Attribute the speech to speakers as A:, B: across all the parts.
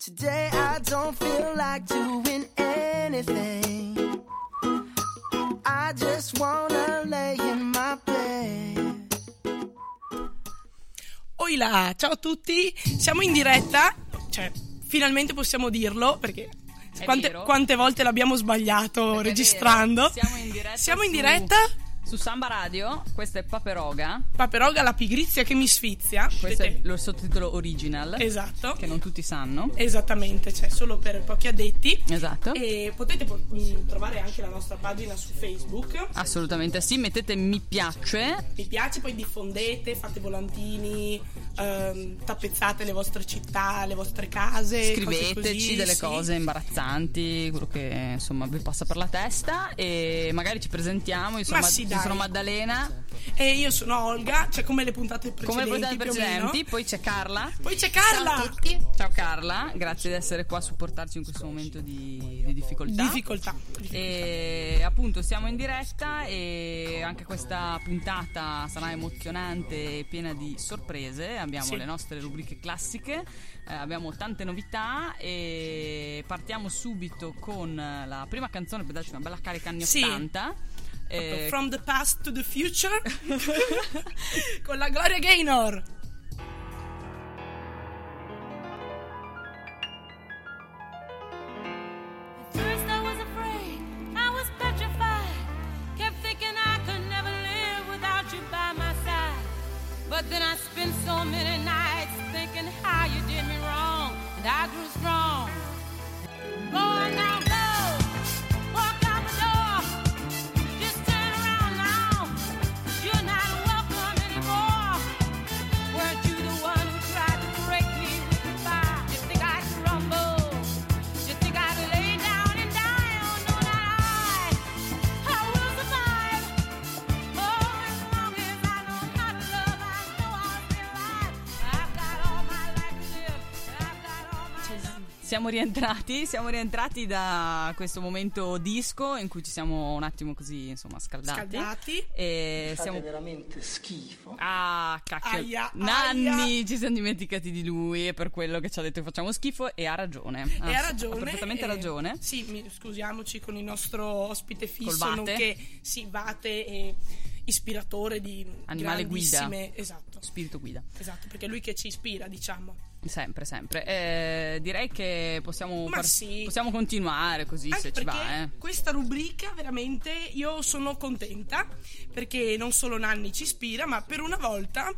A: Today I don't feel like doing anything. I just wanna lay in my bed.
B: Oila, ciao a tutti, siamo in diretta, cioè finalmente possiamo dirlo perché
C: È
B: quante,
C: vero.
B: quante volte l'abbiamo sbagliato
C: Perché è
B: registrando.
C: vero, Siamo in diretta.
B: Siamo in
C: su-
B: diretta,
C: Su Samba Radio, questa è Paperoga,
B: Paperoga la pigrizia che mi sfizia.
C: questo è
B: Vedete?
C: lo sottotitolo original,
B: Esatto,
C: che non tutti sanno.
B: esattamente, cioè solo per pochi addetti.
C: Esatto.
B: E potete po- mh, trovare anche la nostra pagina su Facebook.
C: Assolutamente sì, mettete mi piace.
B: Mi piace, poi diffondete, fate volantini, ehm, tappezzate le vostre città, le vostre case. cose
C: Scriveteci
B: così,
C: delle
B: sì.
C: cose imbarazzanti, quello che insomma vi passa per la testa e magari ci presentiamo. Insomma,
B: sì,
C: ci
B: dai.
C: sono Maddalena,
B: E io sono Olga, cioè come le puntate
C: come
B: precedenti.
C: le puntate
B: più o meno.
C: precedenti, poi c'è Carla.
B: Poi c'è Carla.
D: Ciao a tutti.
C: Ciao Carla, grazie di essere qua a supportarci in questo momento di, di difficoltà.
B: Difficoltà.
C: Eh. E appunto siamo in diretta e anche questa puntata sarà emozionante e piena di sorprese. Abbiamo
B: Sì.
C: le nostre rubriche classiche, eh, abbiamo tante novità e partiamo subito con la prima canzone per darci una bella carica anni
B: Sì.
C: 80. eh,
B: From the past to the future. Con la Gloria Gaynor.
D: At first I was afraid, I was petrified. Kept thinking I could never live without you by my side. But then I spent so many nights thinking how you did me wrong, and I grew strong. Going down low, walk out the door. Just turn around now. You're not welcome anymore. Weren't you the one who tried to break me with the fire? You think I'd crumble? You think I'd lay down and die? Oh, no, not I. I will survive. Oh, as long as I know how to love, I know I'll be alive. I've got all my life to live, and I've got all my love.
C: Cioè, Siamo rientrati, siamo rientrati da questo momento disco in cui ci siamo un attimo così, insomma, scaldati.
B: Scaldati.
C: E
E: Fate
C: siamo
E: veramente schifo.
C: Ah, cacchio.
B: Aia,
C: Nanni,
B: aia.
C: ci siamo dimenticati di lui e per quello che ci ha detto che facciamo schifo e ha
B: e
C: ragione.
B: ha
C: s-
B: ragione.
C: Ha Ah, perfettamente
B: eh,
C: ragione.
B: Sì, mi- scusiamoci con il nostro ospite fisso,
C: Col Vate.
B: nonché sì, Vate e ispiratore di
C: Animale guida.
B: grandissime- Esatto.
C: Spirito guida,
B: Esatto, perché è lui che ci ispira, diciamo.
C: sempre, sempre. Eh, direi che possiamo,
B: Ma sì.
C: possiamo continuare così
B: Anche
C: se ci
B: perché
C: va. Eh.
B: questa rubrica veramente io sono contenta perché non solo Nanni ci ispira, ma per una volta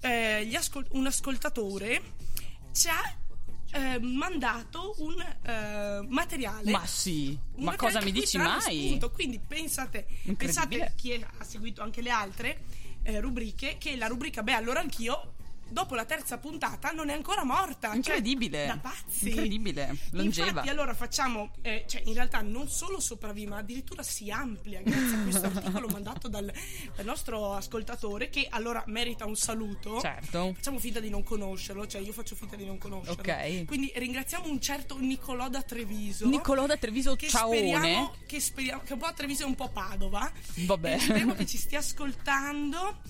B: eh, gli ascol- un ascoltatore ci ha eh, mandato un eh, materiale.
C: Ma sì,
B: Un
C: ma
B: materiale
C: cosa
B: che
C: mi
B: qui
C: dici
B: sarà uno
C: mai?
B: spunto. Quindi pensate,
C: Incredibile.
B: pensate chi è- ha seguito anche le altre eh, rubriche, che la rubrica Beh, allora anch'io. Dopo la terza puntata non è ancora morta. Cioè,
C: Incredibile.
B: da pazzi.
C: Incredibile, longeva.
B: Infatti, allora facciamo, eh, cioè in realtà non solo sopravvive, ma addirittura si amplia grazie a questo articolo mandato dal, dal nostro ascoltatore che allora merita un saluto.
C: Certo.
B: Facciamo finta di non conoscerlo, cioè io faccio finta di non conoscerlo.
C: Ok.
B: Quindi ringraziamo un certo Nicolò da Treviso.
C: Nicolò da Treviso
B: che
C: Ciaone.
B: speriamo, che speriamo che un po' a Treviso e un po' a Padova.
C: Vabbè.
B: E speriamo che ci stia ascoltando,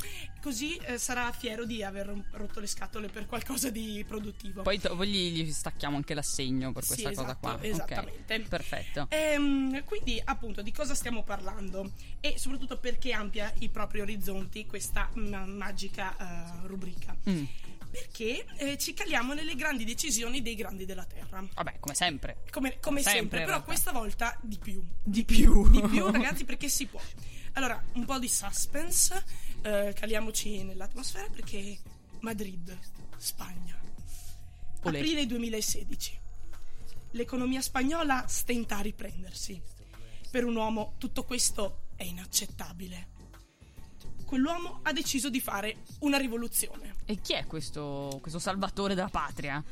B: così eh, sarà fiero di aver rotto le scatole per qualcosa di produttivo.
C: Poi, to- poi gli, gli stacchiamo anche l'assegno per
B: Sì,
C: questa cosa
B: esatto,
C: qua. Ok,
B: Esattamente.
C: perfetto.
B: Ehm, quindi, appunto, di cosa stiamo parlando e soprattutto perché ampia i propri orizzonti questa mm, magica eh, rubrica.
C: Mm.
B: Perché eh, ci caliamo nelle grandi decisioni dei grandi della Terra.
C: Vabbè, come sempre.
B: Come, come
C: Sempre,
B: sempre,
C: in
B: però
C: realtà.
B: questa volta di più.
C: Di più.
B: Di più, ragazzi, perché si può. Allora, un po' di suspense, eh, caliamoci nell'atmosfera perché Madrid, Spagna.
C: Olè.
B: Aprile 2016. L'economia spagnola stenta a riprendersi. Per un uomo tutto questo è inaccettabile. Quell'uomo ha deciso di fare una rivoluzione.
C: E chi è questo, questo salvatore della patria?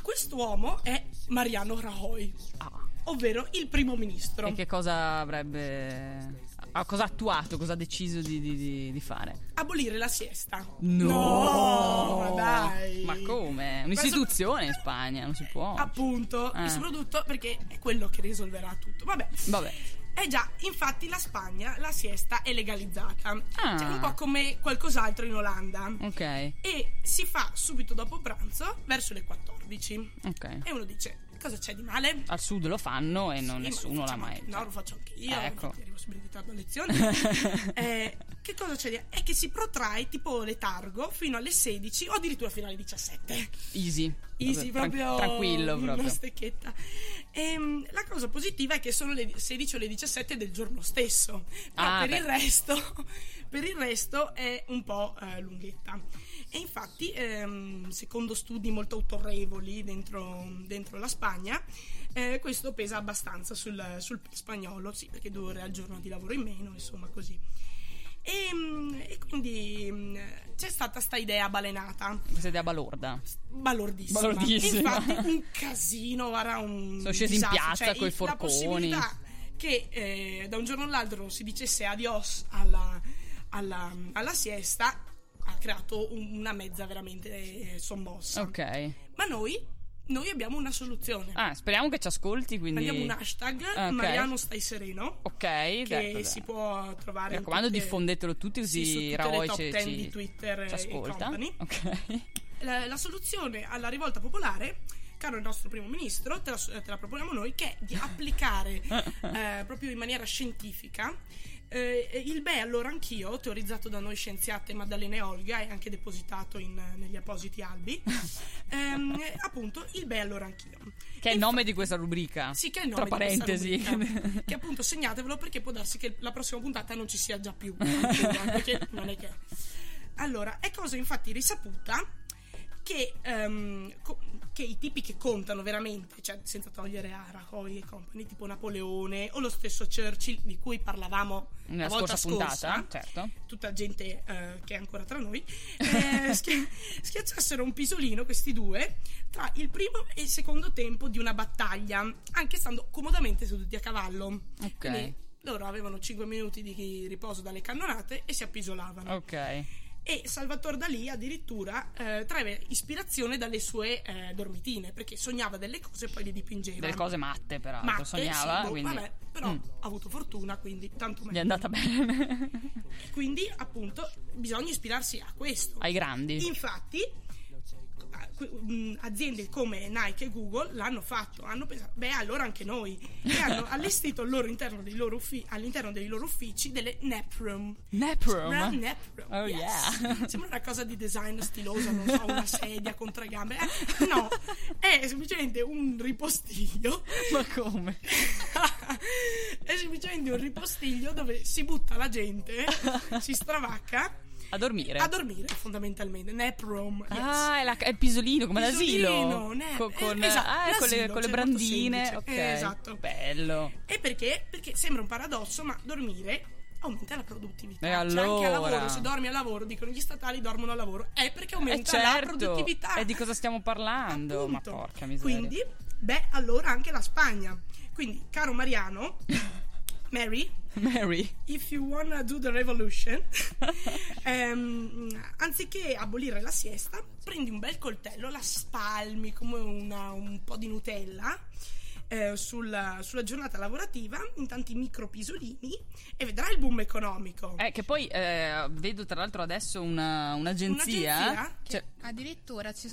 B: Quest'uomo è Mariano Rajoy,
C: Ah.
B: ovvero il primo ministro.
C: E che cosa avrebbe. a cosa ha attuato, cosa ha deciso di, di- di- di fare?
B: Abolire la siesta. ma dai. Ah,
C: Ma come? Un'istituzione in Spagna, non si può.
B: Appunto,
C: Eh.
B: e soprattutto perché è quello che risolverà tutto. Vabbè.
C: Vabbè.
B: Eh già, infatti la Spagna la siesta è legalizzata.
C: Ah.
B: Cioè, un po' come qualcos'altro in Olanda.
C: Ok,
B: E si fa subito dopo pranzo, verso le 14.
C: ok.
B: E uno dice, Cosa c'è di male?
C: Al sud lo fanno e non
B: Sì, ma lo
C: nessuno l'ha
B: facciamo
C: mai. cioè.
B: anche- No, lo faccio anche io.
C: Ecco.
B: infatti Arrivo sbrindettato a lezione. Eh, che cosa c'è? di- È che si protrae tipo letargo fino alle 16 o addirittura fino alle 17.
C: Easy.
B: Easy,
C: Tran-
B: proprio
C: tranquillo
B: Una
C: proprio.
B: stecchetta. Ehm, la cosa positiva è che sono le 16 o le 17 del giorno stesso. Però
C: Ah,
B: per,
C: beh.
B: il resto, per il resto è un po' eh, lunghetta. E infatti, ehm, secondo studi molto autorevoli dentro, dentro la Spagna, eh, questo pesa abbastanza sul, sul spagnolo, sì, perché due ore al giorno di lavoro in meno, insomma, così. Ehm, E, quindi mm, c'è stata sta idea balenata
C: Questa idea balorda.
B: balordissima.
C: Balordissima.
B: Infatti, un casino, guarda, un
C: Sono scesi in
B: disastro.
C: piazza
B: Cioè,
C: coi
B: il- La
C: forconi.
B: possibilità che eh, da un giorno all'altro si dicesse adios alla, alla- alla siesta ha creato un- una mezza veramente eh, sommossa.
C: Ok.
B: Ma noi, noi abbiamo una soluzione.
C: Ah, speriamo che ci ascolti, quindi. Ah,
B: Prendiamo un hashtag,
C: Ok.
B: Mariano stai sereno,
C: Ok, certo,
B: che
C: dai,
B: si
C: dai.
B: può trovare
C: Mi
B: in
C: raccomando,
B: tutte-
C: diffondetelo
B: sì,
C: tutti così
B: su tutte le
C: Raoi
B: top
C: ci,
B: 10
C: ci-
B: di Twitter e
C: ci ascolta.
B: company.
C: Ok.
B: La, la soluzione alla rivolta popolare, caro il nostro primo ministro, te la, te la proponiamo noi, che è di applicare eh, proprio in maniera scientifica eh, il beh allora anch'io, teorizzato da noi scienziate Maddalena e Olga e anche depositato in- negli appositi albi, ehm, appunto il beh allora anch'io.
C: Che è il nome di questa rubrica.
B: Sì, che è il
C: Tra
B: nome di questa
C: parentesi.
B: rubrica. che appunto segnatevelo perché può darsi che la prossima puntata non ci sia già più. perché non è che. Allora, è cosa infatti risaputa che, ehm, co- che i tipi che contano veramente, cioè senza togliere a Rajoy e compagni, tipo Napoleone o lo stesso Churchill di cui parlavamo
C: Nella
B: la volta
C: scorsa puntata,
B: scorsa,
C: certo.
B: tutta gente eh, che è ancora tra noi, eh, schia- schiacciassero un pisolino questi due tra il primo e il secondo tempo di una battaglia, anche stando comodamente seduti a cavallo.
C: Ok.
B: Quindi loro avevano 5 minuti di riposo dalle cannonate e si appisolavano.
C: ok.
B: E Salvatore Dalì addirittura eh, trae ispirazione dalle sue eh, dormitine, perché sognava delle cose e poi le dipingeva.
C: Delle cose matte, peraltro.
B: Matte,
C: Sognava.
B: sì, boh,
C: quindi...
B: vabbè, però
C: Mm,
B: ha avuto fortuna, quindi tanto
C: Gli è
B: meglio.
C: andata bene.
B: Quindi, appunto, bisogna ispirarsi a questo.
C: Ai grandi.
B: Infatti, a- que- mh, aziende come Nike e Google l'hanno fatto, hanno pensato, beh, allora anche noi. E hanno allestito al loro interno dei loro uffi- all'interno dei loro uffici delle nap room.
C: Nap room?
B: Brand nap room.
C: Oh,
B: yes.
C: yeah.
B: Sembra una cosa di design stilosa, non so, una sedia con tre gambe. Eh, no, è semplicemente un ripostiglio
C: Ma come?
B: è semplicemente un ripostiglio dove si butta la gente, si stravacca
C: A dormire.
B: a dormire fondamentalmente. Nap room. yes.
C: Ah, è, la- è il pisolino come l'asilo.
B: Pisolino, nap-
C: Co- con,
B: eh, esatto,
C: ah, con le,
B: l'asilo,
C: con le
B: cioè,
C: brandine.
B: molto
C: Ok.
B: semplice. Eh, esatto.
C: Bello.
B: E perché? Perché sembra un paradosso, ma dormire aumenta la produttività. Cioè,
C: E
B: anche al
C: allora?
B: lavoro, se dormi al lavoro, dicono gli statali dormono al lavoro. È perché
C: Eh
B: aumenta la
C: certo.
B: produttività.
C: E di cosa stiamo parlando?
B: Appunto.
C: Ma porca miseria.
B: Quindi, beh, allora anche la Spagna. Quindi, caro Mariano, Mary,
C: Mary.
B: If you wanna do the revolution, ehm, anziché abolire la siesta, prendi un bel coltello, la spalmi come una- un po' di Nutella eh, sulla, sulla giornata lavorativa in tanti micro pisolini e vedrai il boom economico.
C: Eh, che poi eh, vedo tra l'altro adesso una- un'agenzia.
B: Un'agenzia
E: Che
C: Cioè,
E: addirittura ci,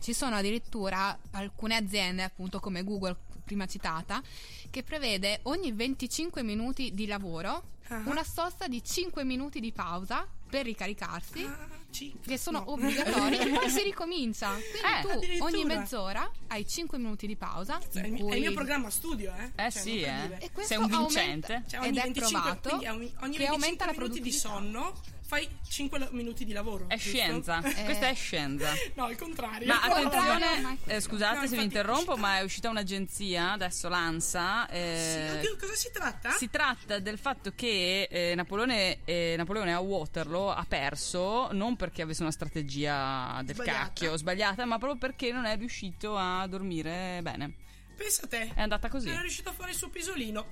E: ci sono addirittura alcune aziende, appunto come Google prima citata, che prevede ogni 25 minuti di lavoro
B: Ah.
E: una sosta di 5 minuti di pausa per ricaricarsi.
B: Ah, ci-
E: Che sono
B: no.
E: obbligatori e poi si ricomincia.
C: Eh,
E: Quindi tu
B: addirittura. Cioè,
E: ogni mezz'ora hai 5 minuti di pausa.
B: È il
E: in
B: mio- è il mio
E: cui-
B: programma studio, eh?
C: eh
B: Cioè,
C: sì,
B: non per
C: eh.
B: dire.
E: E questo
C: Sei un
E: aumenta-
C: vincente.
B: Cioè,
E: ed
B: ogni
E: è
B: 25,
E: provato
B: quindi ogni, ogni 25
E: che aumenta
B: minuti
E: la
B: di
E: produttività.
B: sonno fai 5 minuti di lavoro.
C: È
B: giusto?
C: scienza.
E: Eh.
C: Questa è scienza.
B: No, il contrario.
C: Ma
B: Il contrario.
E: no, ma
C: attenzione,
E: è quello.
C: eh, scusate
B: No,
C: se vi
B: infatti-
C: interrompo, ma è uscita un'agenzia, adesso l'ANSA. eh,
B: Sì, oddio, eh? cosa si tratta?
C: Si tratta del fatto che eh, Napoleone, eh, Napoleone a Waterloo ha perso non perché avesse una strategia del
B: Sbagliata.
C: cacchio sbagliata, ma proprio perché non è riuscito a dormire bene.
B: Pensa a te.
C: È andata così.
B: Non è riuscito a fare il suo pisolino.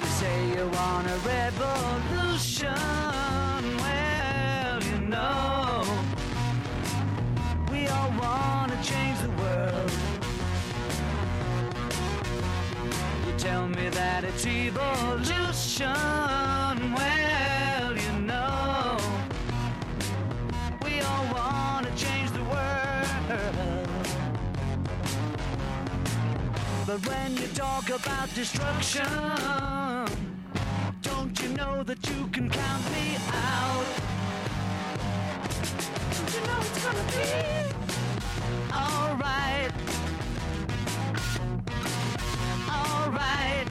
F: You say you want a revolution. Well, you know, we all want to change the world. You tell me that it's evolution. Well, you know, But when you talk about destruction, don't you know that you can count me out? Don't you know it's gonna be alright? Alright.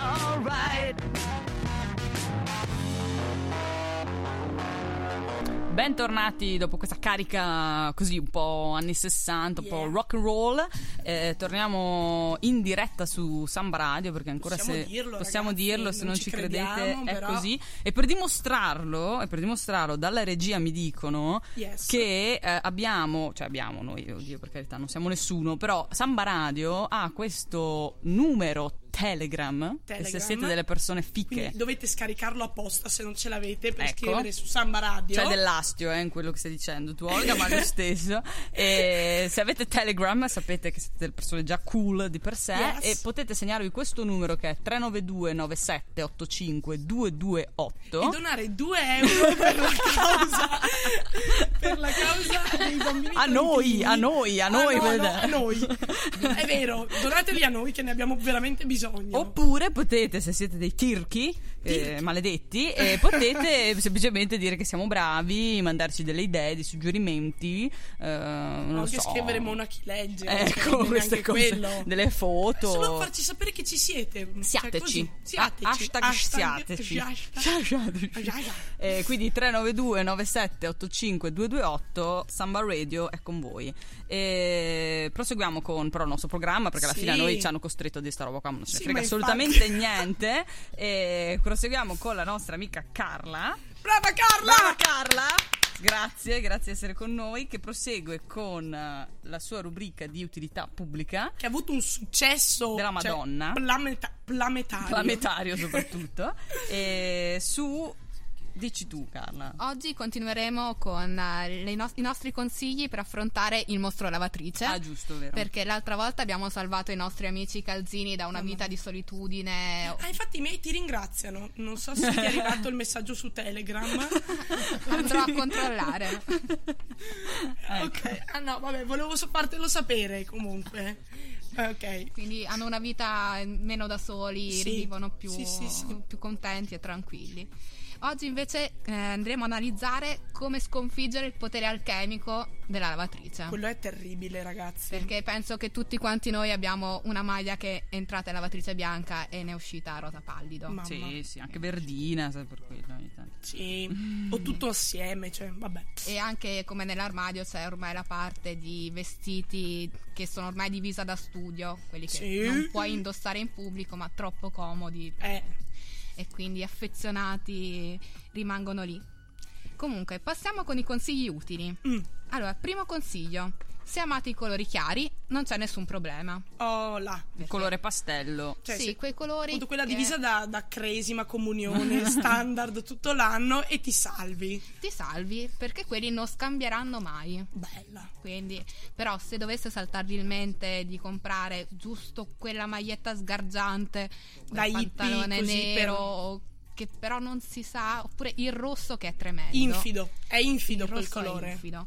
F: Alright.
C: Bentornati dopo questa carica così un po' anni 60, un po'
B: Yeah.
C: rock and roll. Eh, torniamo in diretta su Samba Radio perché ancora
B: Possiamo
C: se
B: dirlo,
C: possiamo
B: ragazzi,
C: dirlo, se
B: non
C: non ci
B: ci
C: credete
B: crediamo,
C: è
B: però.
C: così. E per dimostrarlo, e per dimostrarlo dalla regia mi dicono
B: Yes.
C: che eh, abbiamo, cioè abbiamo noi, oddio per carità, non siamo nessuno, però Samba Radio ha questo numero Telegram, e se
B: Telegram.
C: siete delle persone
B: Quindi
C: fiche
B: dovete scaricarlo apposta se non ce l'avete per
C: Ecco.
B: scrivere su Samba Radio.
C: C'è dell'astio eh, in quello che stai dicendo tu, Olga, ma lo stesso. E se avete Telegram sapete che siete delle persone già cool di per sé
B: Yes.
C: e potete segnalarvi questo numero che è 392 97 85 228.
B: e donare 2 euro per la causa per la causa dei bambini
C: A noi,
B: tarantini.
C: a noi, a noi,
B: no, no,
C: vede.
B: a noi. è vero donateli a noi che ne abbiamo veramente bisogno
C: Oppure potete, se siete dei tirchi, eh,
B: Tirchi.
C: maledetti, eh, potete semplicemente dire che siamo bravi, mandarci delle idee, dei suggerimenti. eh, non lo
B: anche
C: so.
B: scrivere Mona chi legge cioè,
C: Ecco,
B: quindi
C: queste
B: anche
C: cose,
B: quello.
C: delle foto.
B: solo farci sapere che ci siete Cioè,
C: Certo. Siateci.
B: così. siateci
C: Ah, Hashtag, siateci.
B: hashtag.
C: Siateci. Eh, quindi 392 97 85 228 Samba Radio è con voi. E proseguiamo con però il nostro programma perché alla
B: Sì.
C: fine a noi ci hanno costretto a dire sta roba qua, ma non ce ne
B: Sì,
C: frega
B: ma infatti.
C: assolutamente niente. E proseguiamo con la nostra amica Carla.
B: brava Carla
C: Brava Carla! Grazie, grazie di essere con noi che prosegue con eh, la sua rubrica di utilità pubblica
B: che ha avuto un successo
C: Della
B: cioè,
C: Madonna.
B: plameta- planetario
C: planetario soprattutto e su dici tu Carla
B: Eh?
E: Oggi continueremo con eh, le nos- i nostri consigli per affrontare il mostro lavatrice.
C: ah giusto vero
E: Perché l'altra volta abbiamo salvato i nostri amici calzini da una vita di solitudine.
B: Ah, infatti i miei ti ringraziano. Non so se ti è arrivato il messaggio su Telegram.
E: Andrò a controllare.
C: Ecco.
B: ok. Ah no, vabbè, volevo so- fartelo sapere comunque. Ok.
E: Quindi hanno una vita meno da soli,
B: Sì.
E: vivono più,
B: Sì, sì, sì.
E: più contenti e tranquilli. Oggi invece eh, andremo a analizzare come sconfiggere il potere alchemico della lavatrice.
B: Quello è terribile, ragazzi.
E: Perché penso che tutti quanti noi abbiamo una maglia che è entrata in lavatrice bianca e ne è uscita rosa pallido.
B: Mamma.
C: sì sì anche Verdina sai per quello ogni tanto
B: Sì. O tutto assieme, cioè, vabbè.
E: E anche come nell'armadio c'è ormai la parte di vestiti che sono ormai divisa da studio, quelli che
B: Sì.
E: non puoi indossare in pubblico ma troppo comodi
B: Eh,
E: e quindi affezionati rimangono lì. Comunque, passiamo con i consigli utili.
B: Mm.
E: Allora, primo consiglio. Se amate i colori chiari, non c'è nessun problema.
B: oh là.
C: il colore pastello
B: Cioè,
E: sì,
B: se-
E: quei colori
B: appunto quella
E: che
B: divisa da, da cresima, comunione, standard tutto l'anno e ti salvi.
E: ti salvi perché quelli non scambieranno mai.
B: Bella.
E: Quindi, però, se dovesse saltarvi in mente di comprare giusto quella maglietta sgargiante, quel
B: Da hippie,
E: pantalone
B: così,
E: nero,
B: per-
E: o- che però non si sa, oppure il rosso che è tremendo.
B: Infido. È infido
E: Il
B: quel
E: rosso è
B: colore.
E: infido.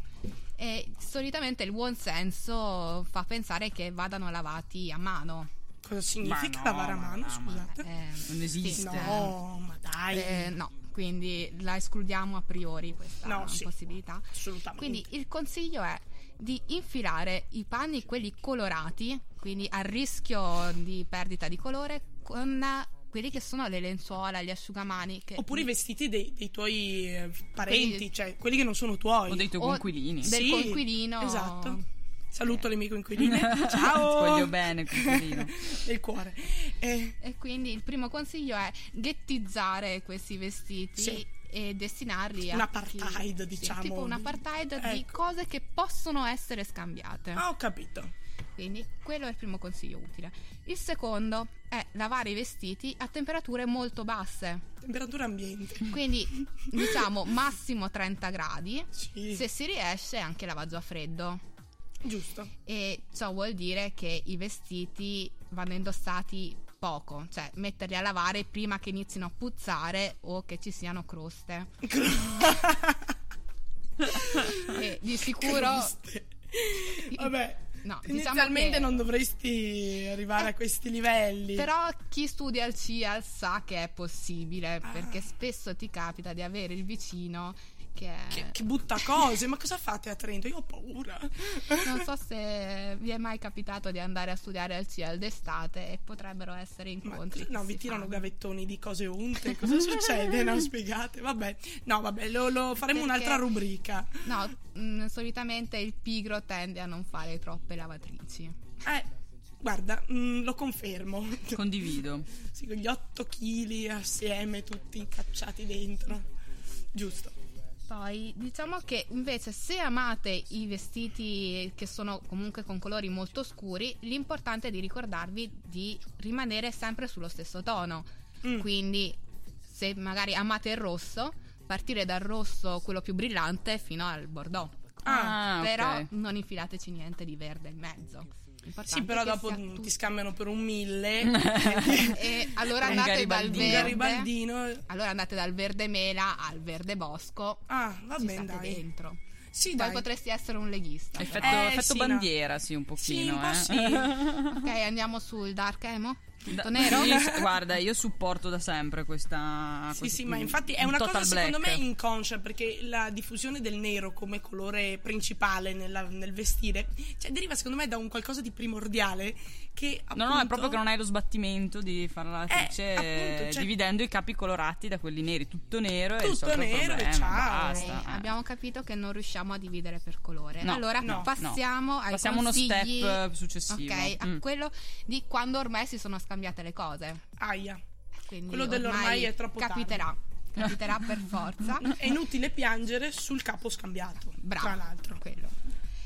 E: E solitamente il buon senso fa pensare che vadano lavati a mano.
B: Cosa significa
C: no,
B: lavare a
C: ma
B: mano?
C: no,
B: scusate.
E: Eh,
C: Non esiste.
E: sì.
B: Esatto. No, ma dai.
E: Eh, no, quindi la escludiamo a priori questa
B: No, sì.
E: possibilità.
B: Assolutamente.
E: Quindi eh, il consiglio è di infilare i panni, quelli colorati, quindi a rischio di perdita di colore, con quelli che sono le lenzuola, gli asciugamani. Che
B: Oppure i vestiti dei, dei tuoi eh, parenti,
E: Quelli-
B: cioè quelli che non sono tuoi.
C: o dei tuoi
E: O-
C: conquilini
E: del Eh.
B: Sì,
E: conquilino.
B: Esatto. Saluto le mie coinquiline. Ciao.
C: Ti voglio bene, coinquilino.
B: Del cuore. Eh,
E: E quindi il primo consiglio è ghettizzare questi vestiti.
B: Sì.
E: E destinarli a
B: Un
E: chi-
B: apartheid,
E: sì,
B: diciamo.
E: tipo un apartheid di
B: Ecco.
E: cose che possono essere scambiate.
B: ah, ho capito.
E: Quindi quello è il primo consiglio utile. Il secondo è lavare i vestiti a temperature molto basse,
B: Temperatura ambiente.
E: quindi diciamo massimo 30 gradi,
B: Sì.
E: se si riesce anche lavaggio a freddo.
B: Giusto.
E: E ciò vuol dire che i vestiti vanno indossati poco, cioè metterli a lavare prima che inizino a puzzare o che ci siano croste. E di sicuro
B: Triste. Vabbè.
E: No,
B: Inizialmente
E: diciamo che- Eh,
B: non dovresti arrivare a questi livelli.
E: Però chi studia il CIAL sa che è possibile, perché spesso ti capita di avere il vicino che, è-
B: Che, che butta cose, ma cosa fate a Trento? Io ho paura.
E: non so se vi è mai capitato di andare a studiare al CIAL d'estate e potrebbero essere
B: Ma-
E: incontri.
B: no,
E: che
B: vi
E: si
B: tirano
E: fanno.
B: gavettoni di cose unte. Cosa succede? Non spiegate. Vabbè, no, vabbè, lo, lo faremo
E: Perché-
B: un'altra rubrica.
E: No, mm, solitamente il pigro tende a non fare troppe lavatrici.
B: Eh, guarda, mm, lo confermo.
C: Condivido.
B: Sì, con gli 8 kg assieme, tutti cacciati dentro. Giusto.
E: Poi diciamo che invece se amate i vestiti che sono comunque con colori molto scuri, l'importante è di ricordarvi di rimanere sempre sullo stesso tono.
B: Mm.
E: Quindi se magari amate il rosso, partire dal rosso, quello più brillante, fino al bordeaux.
B: Ah,
C: ok.
E: però non infilateci niente di verde in mezzo. L'importante
B: Sì, però
E: è che
B: dopo
E: sia
B: ti
E: tutto-
B: scambiano per un mille.
E: E allora
C: Un
E: andate dal
C: garibaldino.
E: verde.
B: Un garibaldino.
E: Allora andate dal verde mela al verde bosco.
B: Ah, va
E: Ci
B: bene,
E: state
B: dai.
E: dentro.
B: Sì,
E: Poi
B: dai.
E: potresti essere un leghista. però.
C: Effetto,
B: Eh,
C: effetto
B: sì, no.
C: bandiera, sì, un
B: Sì, un
C: pochino.
B: po'
C: eh.
B: sì.
E: Ok, andiamo sul dark emo?
C: Da-
E: Tutto nero?
C: Sì, sì, guarda, io supporto da sempre questa.
B: Sì,
C: questo-
B: sì, ma infatti è una
C: total
B: cosa secondo me
C: black.
B: inconscia perché la diffusione del nero come colore principale nella- nel vestire cioè, deriva secondo me da un qualcosa di primordiale che
C: No,
B: appunto,
C: no, è proprio che non hai lo sbattimento di fare la
B: Eh,
C: trice
B: appunto, cioè-
C: dividendo i capi colorati da quelli neri, tutto nero e
B: Tutto
C: risolto il
B: nero e
C: problema,
B: ciao.
E: Ok,
C: basta. eh.
E: abbiamo capito che non riusciamo a dividere per colore.
C: No,
E: allora
C: no,
E: passiamo
C: no.
E: ai
C: Passiamo uno step,
E: consigli-
C: eh, successivo.
E: Ok, a
C: Mm.
E: quello di quando ormai si sono scambiate le cose.
B: aia.
E: Quindi
B: Quello dell'ormai è troppo tardi.
E: capiterà. Capiterà per forza.
B: È inutile piangere sul capo scambiato.
E: Bravo.
B: Tra l'altro.
E: Quello.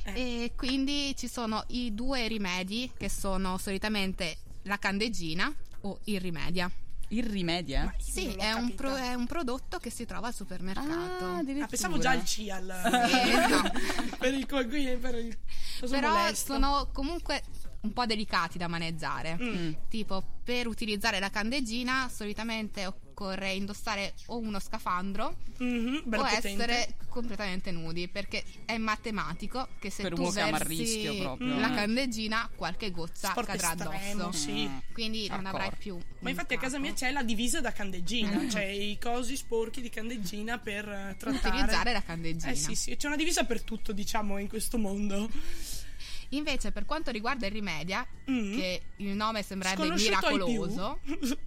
B: Eh.
E: E quindi ci sono i due rimedi che sono solitamente la candeggina o il rimedia.
C: Il eh. rimedia?
B: Ma io
E: Sì,
B: non l'ho
E: è un,
B: capita.
E: pro- è un prodotto che si trova al supermercato.
B: Ah, pensavo già al Cial.
E: Eh, no.
B: per il co- qui- per il cosa
E: Però
B: molesto.
E: sono comunque un po' delicati da maneggiare.
B: Mm.
E: Tipo, per utilizzare la candeggina, solitamente occorre indossare o uno scafandro
B: Mhm, bello
E: o
B: potente.
E: essere completamente nudi, perché è matematico che se
C: Per
E: tu
C: uno che ama il
E: versi
C: rischio proprio,
E: la
C: eh.
E: candeggina, qualche gozza
B: Sport
E: cadrà
B: estremo,
E: addosso.
B: sì.
E: Quindi non
C: Hardcore.
E: avrai più.
B: Ma
E: un
B: infatti a casa
E: capo.
B: mia c'è la divisa da candeggina,
E: Mm.
B: cioè i cosi sporchi di candeggina per eh, trattare.
E: Utilizzare la candeggina.
B: Eh sì, sì, c'è una divisa per tutto, diciamo, in questo mondo.
E: Invece, per quanto riguarda il rimedia,
B: Mm.
E: che il nome sembrerebbe
B: Sconosciuto ai più.
E: miracoloso,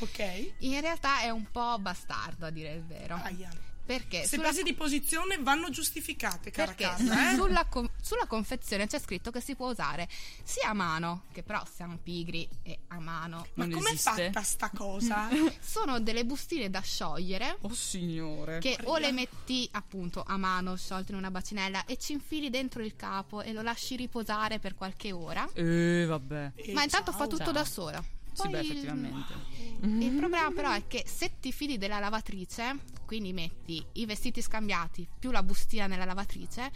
B: ok.
E: in realtà è un po' bastardo a dire il vero.
B: Aia.
E: Perché
B: Se
E: Eh, sulla
B: prese di posizione vanno giustificate, cara
E: Perché
B: Carla, eh?
E: sulla, con- sulla confezione c'è scritto che si può usare sia a mano, che però siamo pigri e a mano.
B: Ma
C: Non
B: com'è
C: esiste.
B: fatta sta cosa?
E: Sono delle bustine da sciogliere
C: Oh signore.
E: che o le metti appunto a mano sciolte in una bacinella e ci infili dentro il capo e lo lasci riposare per qualche ora.
C: Eh, vabbè.
B: Eh,
E: ma intanto fa
C: ciao.
E: tutto da sola.
C: sì, beh,
E: Poi-
C: effettivamente.
E: Il
C: Mm.
E: problema però è che se ti fidi della lavatrice, quindi metti i vestiti scambiati più la bustina nella lavatrice,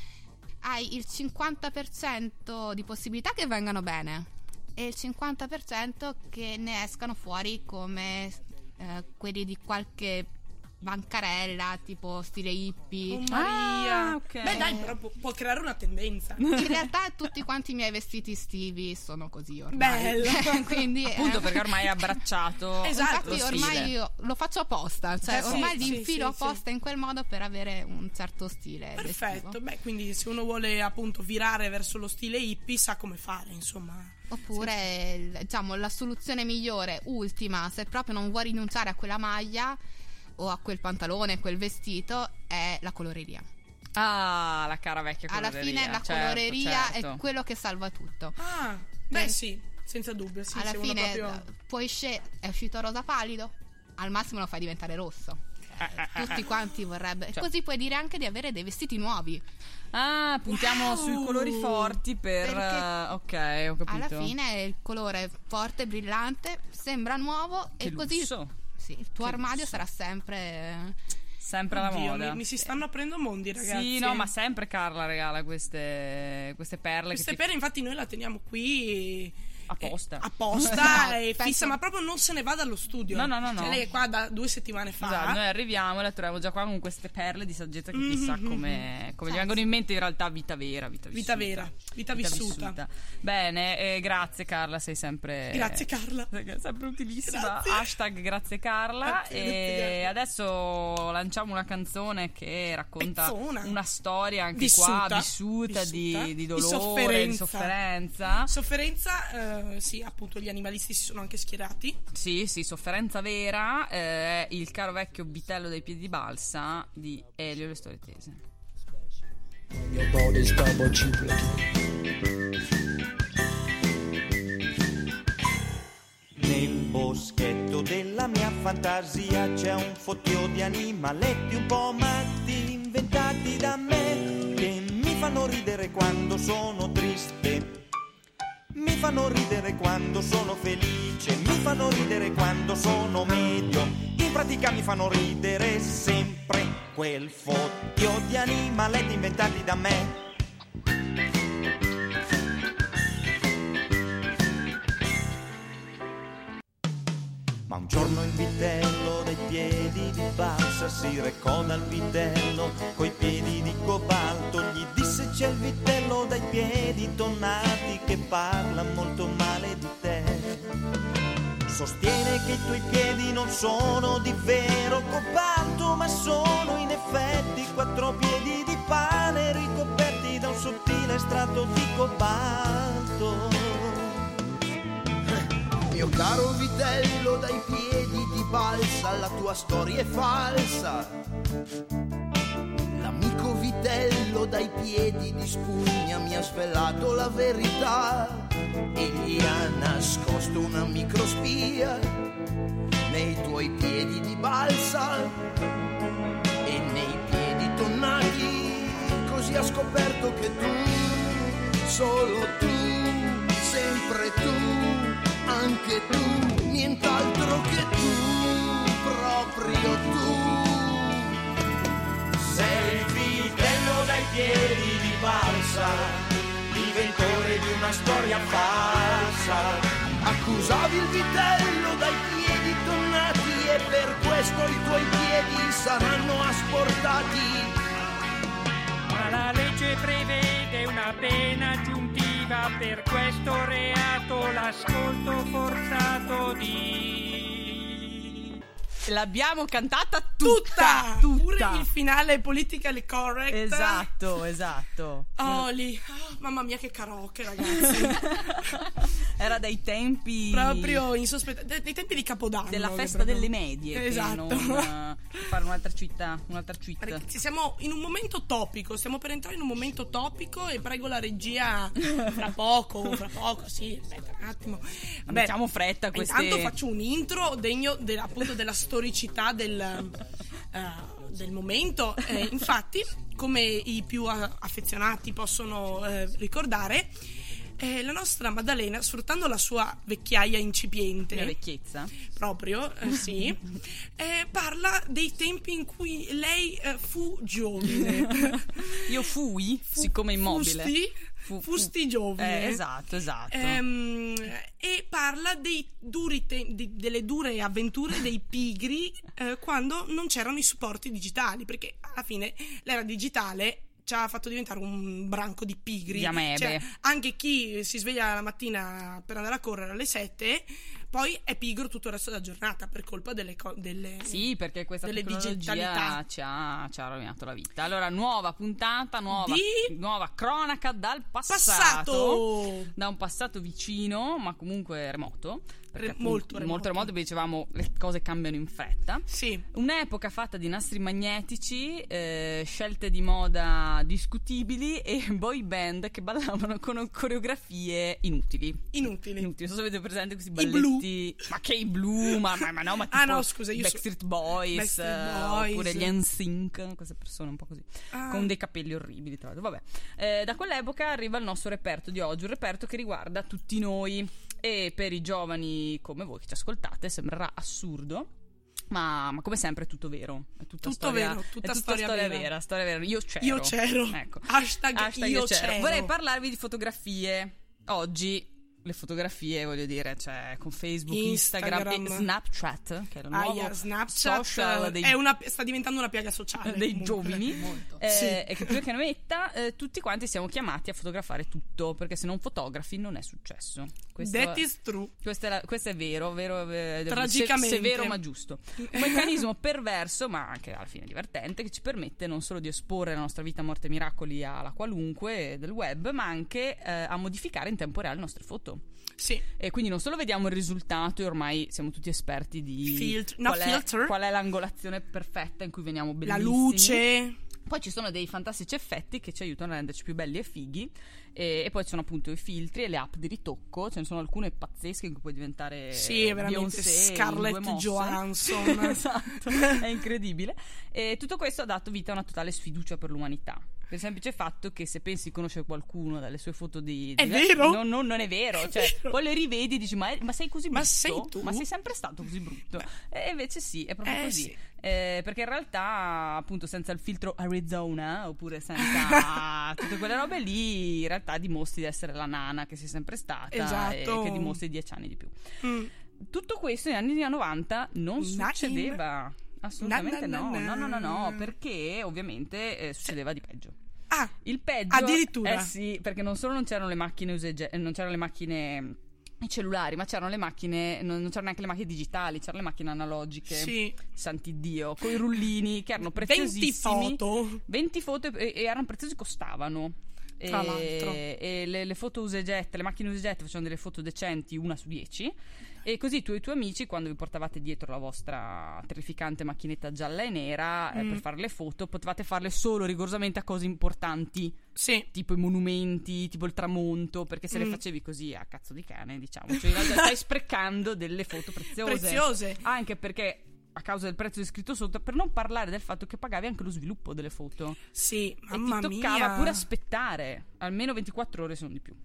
E: hai il 50% di possibilità che vengano bene e il 50% che ne escano fuori come eh, quelli di qualche bancarella tipo stile hippie.
B: Oh, Maria.
C: Ah, ok.
B: Beh, dai, però pu- può creare una tendenza.
E: In realtà tutti quanti i miei vestiti estivi sono così ormai.
B: Bello.
E: quindi eh,
C: Appunto perché ormai è abbracciato.
B: Esatto.
C: lo
E: Infatti ormai
C: stile.
E: io lo faccio apposta, cioè
B: Eh sì,
E: ormai li
B: sì,
E: infilo
B: sì, sì.
E: apposta in quel modo per avere un certo stile.
B: Perfetto.
E: vestivo.
B: Beh, quindi se uno vuole appunto virare verso lo stile hippie, sa come fare, insomma.
E: Oppure il- diciamo la soluzione migliore, ultima, se proprio non vuoi rinunciare a quella maglia o a quel pantalone, quel vestito, è la coloreria.
C: Ah, la cara vecchia
E: Alla
C: coloreria.
E: fine la
C: certo,
E: coloreria
C: certo.
E: è quello che salva tutto.
B: Ah, beh,
E: Per-
B: sì, senza dubbio. Sì,
E: Alla
B: se uno
E: fine
B: proprio...
E: eh, puoi scegliere, è uscito rosa pallido, al massimo lo fai diventare rosso. Tutti quanti vorrebbero.
C: Cioè-
E: Così puoi dire anche di avere dei vestiti nuovi.
C: Ah, puntiamo
B: Wow!
C: sui colori forti per
E: Perché
C: eh, Ok, ho capito.
E: Alla fine il colore è forte, brillante, sembra nuovo
C: Che
E: e così
C: lusso.
E: sì, il tuo
C: Che
E: armadio
C: lusso.
E: sarà sempre
C: sempre alla
B: Oddio,
C: moda.
B: Mi, mi si stanno aprendo mondi, ragazzi.
C: Sì, no, ma sempre Carla regala queste, queste perle.
B: Queste
C: che ti-
B: pere, infatti, noi la teniamo qui
C: Apposta.
B: apposta e
E: Esatto,
B: fissa,
E: penso-
B: ma proprio non se ne va dallo studio.
C: No, no, no,
B: Cioè,
C: no.
B: lei è qua da due settimane fa.
C: Esatto, noi arriviamo e la troviamo già qua con queste perle di saggezza che chissà come, come gli
E: Certo.
C: vengono in mente in realtà vita vera, vita vissuta.
B: Mm-hmm, Vita vera, vita vissuta.
C: Bene, eh, grazie Carla, sei sempre...
B: Grazie, Carla.
C: Perché è sempre utilissima. Ah,
B: Grazie.
C: Hashtag grazie Carla.
B: Grazie,
C: e
B: grazie, Carla.
C: adesso lanciamo una canzone che racconta
B: Pezzona.
C: una storia anche qua
B: Vissuta.
C: vissuta,
B: Vissuta.
C: Di, di
B: Di
C: dolore, di
B: sofferenza.
C: sofferenza.
B: Sofferenza, eh, sì, appunto, gli animalisti si sono anche schierati.
C: Sì, sì, sofferenza vera. eh, il caro vecchio Vitello dei piedi di balsa di Elio e le storie tese.
G: Your body's double duplicate.
H: Nel boschetto della mia fantasia c'è un fottio di animaletti un po' matti inventati da me che mi fanno ridere quando sono triste. Mi fanno ridere quando sono felice, mi fanno ridere quando sono medio. In pratica mi fanno ridere sempre quel fottio di animaletti inventati da me. Ma un giorno il vitello dai piedi di balsa si recò dal vitello coi piedi di cobalto. Gli disse c'è il vitello dai piedi tonnati che parla molto male di te. Sostiene che i tuoi piedi non sono di vero cobalto ma sono in effetti quattro piedi di pane ricoperti da un sottile strato di cobalto.
I: Mio caro vitello dai piedi di balsa, la tua storia è falsa. L'amico vitello dai piedi di spugna mi ha svelato la verità. Egli ha nascosto una microspia nei tuoi piedi di balsa e nei piedi tonnati. Così ha scoperto che tu, solo tu, sempre tu, anche tu, nient'altro che tu, proprio tu.
H: Sei il vitello dai piedi di balsa, inventore di una storia falsa.
I: Accusavi il vitello dai piedi tonnati e per questo i tuoi piedi saranno asportati.
J: Ma la legge prevede una pena aggiuntiva per questo reato, l'ascolto forzato di...
C: L'abbiamo cantata
B: Tutta!
C: tutta,
B: Pure il finale politically correct.
C: Esatto, esatto.
B: Oli, ah, mamma mia che karaoke ragazzi.
C: Era dai tempi
B: Proprio insospettabile. Dei tempi di Capodanno.
C: della
B: che
C: festa
B: proprio-
C: delle medie, che
B: Esatto.
C: non, eh, fare un'altra città, un'altra città.
B: Ragazzi, siamo in un momento topico, stiamo per entrare in un momento topico e prego la regia fra poco, fra poco, sì, aspetta un attimo. Vabbè,
C: Facciamo fretta a queste
B: eh, Intanto faccio un intro degno del- appunto della storicità del, eh, del momento. Eh, infatti, come i più a- affezionati possono eh, ricordare, eh, la nostra Maddalena, sfruttando la sua vecchiaia incipiente,
C: mia vecchiezza.
B: proprio, eh, sì, eh, parla dei tempi in cui lei eh, fu giovane.
C: Io fui, siccome immobile.
B: Fusti,
C: Fu- fu-
B: fusti giovane.
C: Eh, esatto, esatto.
B: Ehm, e parla dei duri te- di- delle dure avventure dei pigri eh, quando non c'erano i supporti digitali, perché alla fine l'era digitale ci ha fatto diventare un branco di pigri.
C: Di amebe.
B: Cioè, anche chi si sveglia la mattina per andare a correre alle 7, poi è pigro tutto il resto della giornata per colpa delle co- delle-
C: Sì, perché questa
B: delle
C: tecnologia
B: digitalità.
C: ci ha, ci ha rovinato la vita. Allora, nuova puntata, nuova,
B: Di-
C: nuova cronaca dal passato,
B: Passato!
C: Da un passato vicino, ma comunque remoto. perché
B: Re-
C: appunto-
B: molto remoto.
C: Molto remoto, perché dicevamo le cose cambiano in fretta.
B: Sì.
C: Un'epoca fatta di nastri magnetici, eh, scelte di moda discutibili e boy band che ballavano con coreografie inutili.
B: Inutili.
C: Inutili, non so se avete presente questi
B: I blu.
C: balletti. Ma che i blu, ma, ma- ma no, ma tipo
B: Ah, no, scusa, io so-
C: Backstreet Boys,
B: Backstreet
C: eh,
B: Boys.
C: oppure gli NSYNC, queste persone un po' così,
B: Ah.
C: con dei capelli orribili tra l'altro, vabbè. Eh, da quell'epoca arriva il nostro reperto di oggi, un reperto che riguarda tutti noi e per i giovani come voi che ci ascoltate sembrerà assurdo. Ma, ma come sempre è tutto vero. È
B: Tutto
C: tutta storia,
B: vero,
C: è
B: tutta
C: tutta
B: storia vera.
C: storia vera. Io c'ero.
B: Io c'ero.
C: Ecco.
B: Hashtag io c'ero.
C: Vorrei parlarvi di fotografie oggi le fotografie, voglio dire, cioè con Facebook, Instagram,
B: Instagram.
C: e Snapchat, che è il nuovo
B: Aia, Snapchat
C: social
B: eh,
C: dei
B: è una- sta diventando una piaga sociale
C: dei
B: comunque.
C: giovani eh,
B: Sì.
C: e che più che ne metta eh, tutti quanti siamo chiamati a fotografare tutto perché se non fotografi non è successo questo,
B: That is true.
C: questo è, la- questo è vero, vero, eh,
B: Tragicamente.
C: se- severo ma giusto un meccanismo perverso ma anche alla fine divertente che ci permette non solo di esporre la nostra vita a morte e miracoli alla qualunque del web ma anche eh, a modificare in tempo reale le nostre foto
B: Sì.
C: e quindi non solo vediamo il risultato e ormai siamo tutti esperti di
B: Filtr- no,
C: qual, è,
B: filter.
C: qual è l'angolazione perfetta in cui veniamo
B: La
C: bellissimi
B: luce.
C: poi ci sono dei fantastici effetti che ci aiutano a renderci più belli e fighi. E, e poi ci sono appunto i filtri e le app di ritocco. Ce ne sono alcune pazzesche in cui puoi diventare
B: Sì,
C: eh,
B: è veramente
C: Beyoncé in due
B: Scarlett
C: mosse.
B: Johansson.
C: esatto, è incredibile. E tutto questo ha dato vita a una totale sfiducia per l'umanità. Per il semplice fatto che se pensi di conoscere qualcuno dalle sue foto di.
B: È
C: di-
B: vero?
C: No, no, non è vero.
B: È
C: cioè,
B: vero.
C: Poi le rivedi e dici: Ma, ma sei così
B: Ma
C: brutto?
B: sei tu?"
C: Ma sei sempre stato così brutto? E invece sì, è proprio
B: Eh,
C: così.
B: sì.
C: Eh, perché in realtà, appunto, senza il filtro Arizona oppure senza tutte quelle robe lì, in realtà dimostri di essere la nana che sei sempre stata
B: Esatto.
C: e che dimostri dieci anni di più.
B: Mm.
C: Tutto questo negli anni 90 non
B: Na-
C: succedeva. Assolutamente
B: Na-
C: no,
B: na-
C: no,
B: na-
C: no, no, no,
B: na.
C: perché ovviamente eh, succedeva di peggio.
B: Ah,
C: Il peggio
B: Addirittura?
C: Eh sì, perché non solo non c'erano le macchine usa e ge- eh, non c'erano le macchine mm, i cellulari, ma c'erano le macchine, non, non c'erano neanche le macchine digitali, c'erano le macchine analogiche.
B: Sì.
C: Santi Dio, con i rullini che erano
B: 20
C: preziosissimi.
B: foto.
C: 20 foto e, e erano preziosi, costavano.
B: Tra
C: e,
B: l'altro.
C: e le, le foto use e getta, le macchine use e getta facevano delle foto decenti, una su 10. E così tu e i tuoi amici, quando vi portavate dietro la vostra terrificante macchinetta gialla e nera eh,
B: Mm.
C: per fare le foto, potevate farle solo rigorosamente a cose importanti,
B: Sì.
C: tipo i monumenti, tipo il tramonto, perché se le
B: Mm.
C: facevi così a cazzo di cane, diciamo, cioè in realtà stai sprecando delle foto preziose.
B: Preziose.
C: Anche perché a causa del prezzo descritto sotto, per non parlare del fatto che pagavi anche lo sviluppo delle foto.
B: Sì,
C: e
B: mamma
C: ti toccava
B: mia.
C: pure aspettare almeno 24 ore se non di più.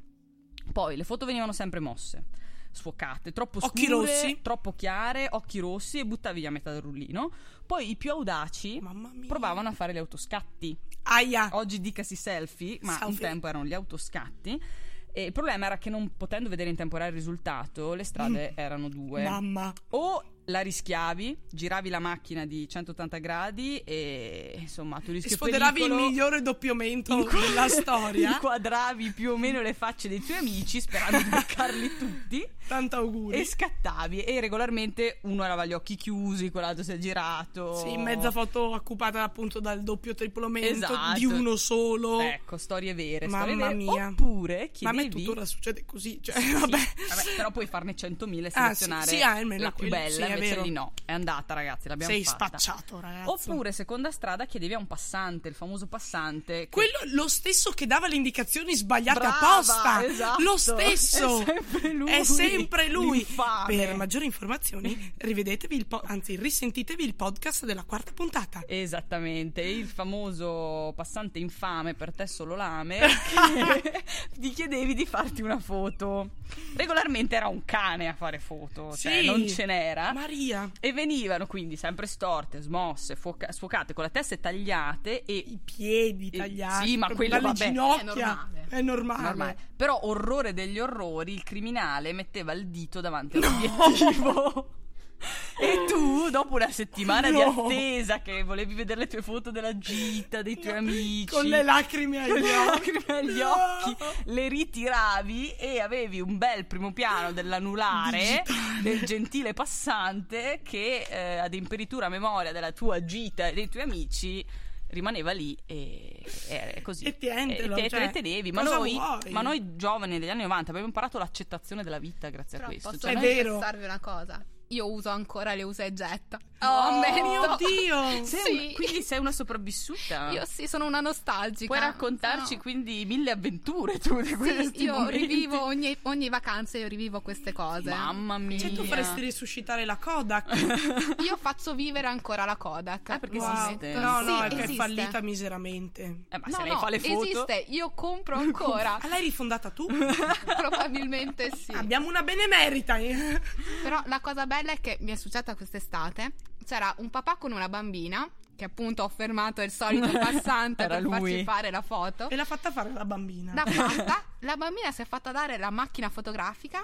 C: Poi le foto venivano sempre mosse, sfocate, troppo scure,
B: Occhi rossi.
C: troppo chiare, occhi rossi e buttavi via metà del rullino. Poi i più audaci
B: Mamma mia.
C: provavano a fare gli autoscatti.
B: Aia.
C: Oggi dicasi selfie, ma un
B: Selfie.
C: tempo erano gli autoscatti. E il problema era che non potendo vedere in tempo reale il risultato, le strade erano due
B: Mm. Mamma.
C: o la rischiavi, giravi la macchina di 180 gradi e insomma tu
B: E
C: rischi
B: sfoderavi il migliore doppiamento della storia.
C: Inquadravi più o meno le facce dei tuoi amici sperando di beccarli tutti
B: Tanto auguri.
C: e scattavi e regolarmente uno aveva gli occhi chiusi, quell'altro si è girato.
B: Sì, mezza foto occupata appunto dal doppio triplomento
C: Esatto.
B: di uno solo.
C: Ecco, storie vere,
B: Mamma
C: storie vere.
B: mia.
C: Oppure
B: Ma a
C: chiedevi
B: me tuttora succede così. Cioè,
C: Sì,
B: vabbè.
C: vabbè, però puoi farne 100.000 e
B: Ah, sì,
C: selezionare
B: sì, almeno
C: la più
B: quello,
C: bella,
B: sì, è
C: invece
B: vero.
C: lì no. È andata, ragazzi, l'abbiamo
B: Sei
C: fatta.
B: spacciato, ragazzi.
C: Oppure, seconda strada, chiedevi a un passante, il famoso passante. che-
B: Quello lo stesso che dava le indicazioni sbagliate
C: Brava,
B: apposta.
C: esatto.
B: Lo stesso.
C: È sempre lui.
B: È sempre lui.
C: L'infame.
B: Per maggiori informazioni, rivedetevi il po- anzi, risentitevi il podcast della quarta puntata.
C: Eh, Esattamente, il famoso passante infame per te solo lame che ti chiedevi di farti una foto. Regolarmente era un cane a fare foto, cioè
B: Sì.
C: non ce n'era.
B: Maria.
C: E venivano quindi sempre storte, smosse, fuoca- sfocate, con la testa tagliate e
B: I piedi
C: Eh,
B: tagliati.
C: sì, ma
B: proprio
C: quello,
B: dalle
C: vabbè,
B: ginocchia.
E: è normale.
B: È normale.
C: normale. Però orrore degli orrori, il criminale metteva il dito davanti all'obiettivo. E tu, dopo una settimana di
B: No.
C: attesa che volevi vedere le tue foto della gita, dei tuoi amici,
B: Con le lacrime agli
C: con le
B: occhi.
C: lacrime agli
B: No.
C: occhi, le ritiravi e avevi un bel primo piano dell'anulare del gentile passante che eh, ad imperitura memoria della tua gita e dei tuoi amici rimaneva lì e, e così
B: E tientelo,
C: E te- te
B: cioè,
C: le tenevi ma
B: cosa
C: noi,
B: vuoi?
C: ma noi giovani degli anni 90 abbiamo imparato l'accettazione della vita grazie
E: Però
C: a questo
E: posso
C: Cioè,
B: È
C: noi-
B: vero.
E: confessarvi una cosa. Io uso ancora le usa e getta.
B: Oh, mio
E: ammetto.
B: Dio.
C: sei
E: Sì.
C: un- quindi sei una sopravvissuta
E: Io sì, sono una nostalgica.
C: Ah. puoi raccontarci
E: Sono-
C: quindi mille avventure tu di
E: Sì,
C: questi
E: io
C: momenti.
E: rivivo ogni, ogni vacanza, io rivivo queste cose.
C: mamma mia
B: Cioè, tu faresti risuscitare la Kodak.
E: Io faccio vivere ancora la Kodak.
C: Ah, perché
E: Wow.
C: esiste?
B: No, no,
E: Sì,
B: è che è
E: esiste.
B: fallita miseramente.
C: Eh, ma
E: No,
C: se lei
E: no,
C: fa le foto
E: esiste, io compro ancora,
B: Ah, l'hai rifondata tu?
E: probabilmente sì.
B: Abbiamo una benemerita.
E: Però la cosa bella è che mi è successa quest'estate. C'era un papà con una bambina che appunto ho fermato il solito passante
C: Era
E: per farci
C: lui.
E: fare la foto.
B: E l'ha fatta fare la bambina.
C: Eh,
E: L'ha fatta, la bambina si è fatta dare la macchina fotografica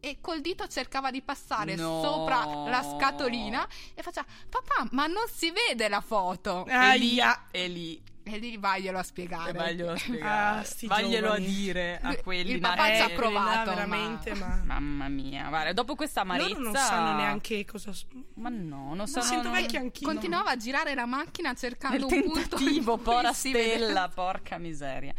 E: e col dito cercava di passare
C: No.
E: sopra la scatolina e faceva papà ma non si vede la foto
C: Eh.
E: e lì,
B: Aia.
C: E lì,
E: e lì vaglielo a spiegare
C: e vaglielo Eh, a spiegare.
B: Ah, sti
C: vaglielo a
B: giovani.
C: dire a
E: Lui-
C: quelli.
E: il
C: nati-
E: papà ci ha
B: Eh,
E: provato,
B: quella
E: ma-
B: veramente, ma...
C: Mamma mia, guarda, dopo questa amarezza...
B: Loro non sanno neanche cosa...
C: Ma no, non
B: Mi
C: sanno...
B: sento
C: non-
B: vecchia anch'io.
E: continuava a girare la macchina cercando
C: Nel
E: un punto in
C: tentativo,
E: cui
C: pora
E: si vedesse.
C: stella, porca miseria.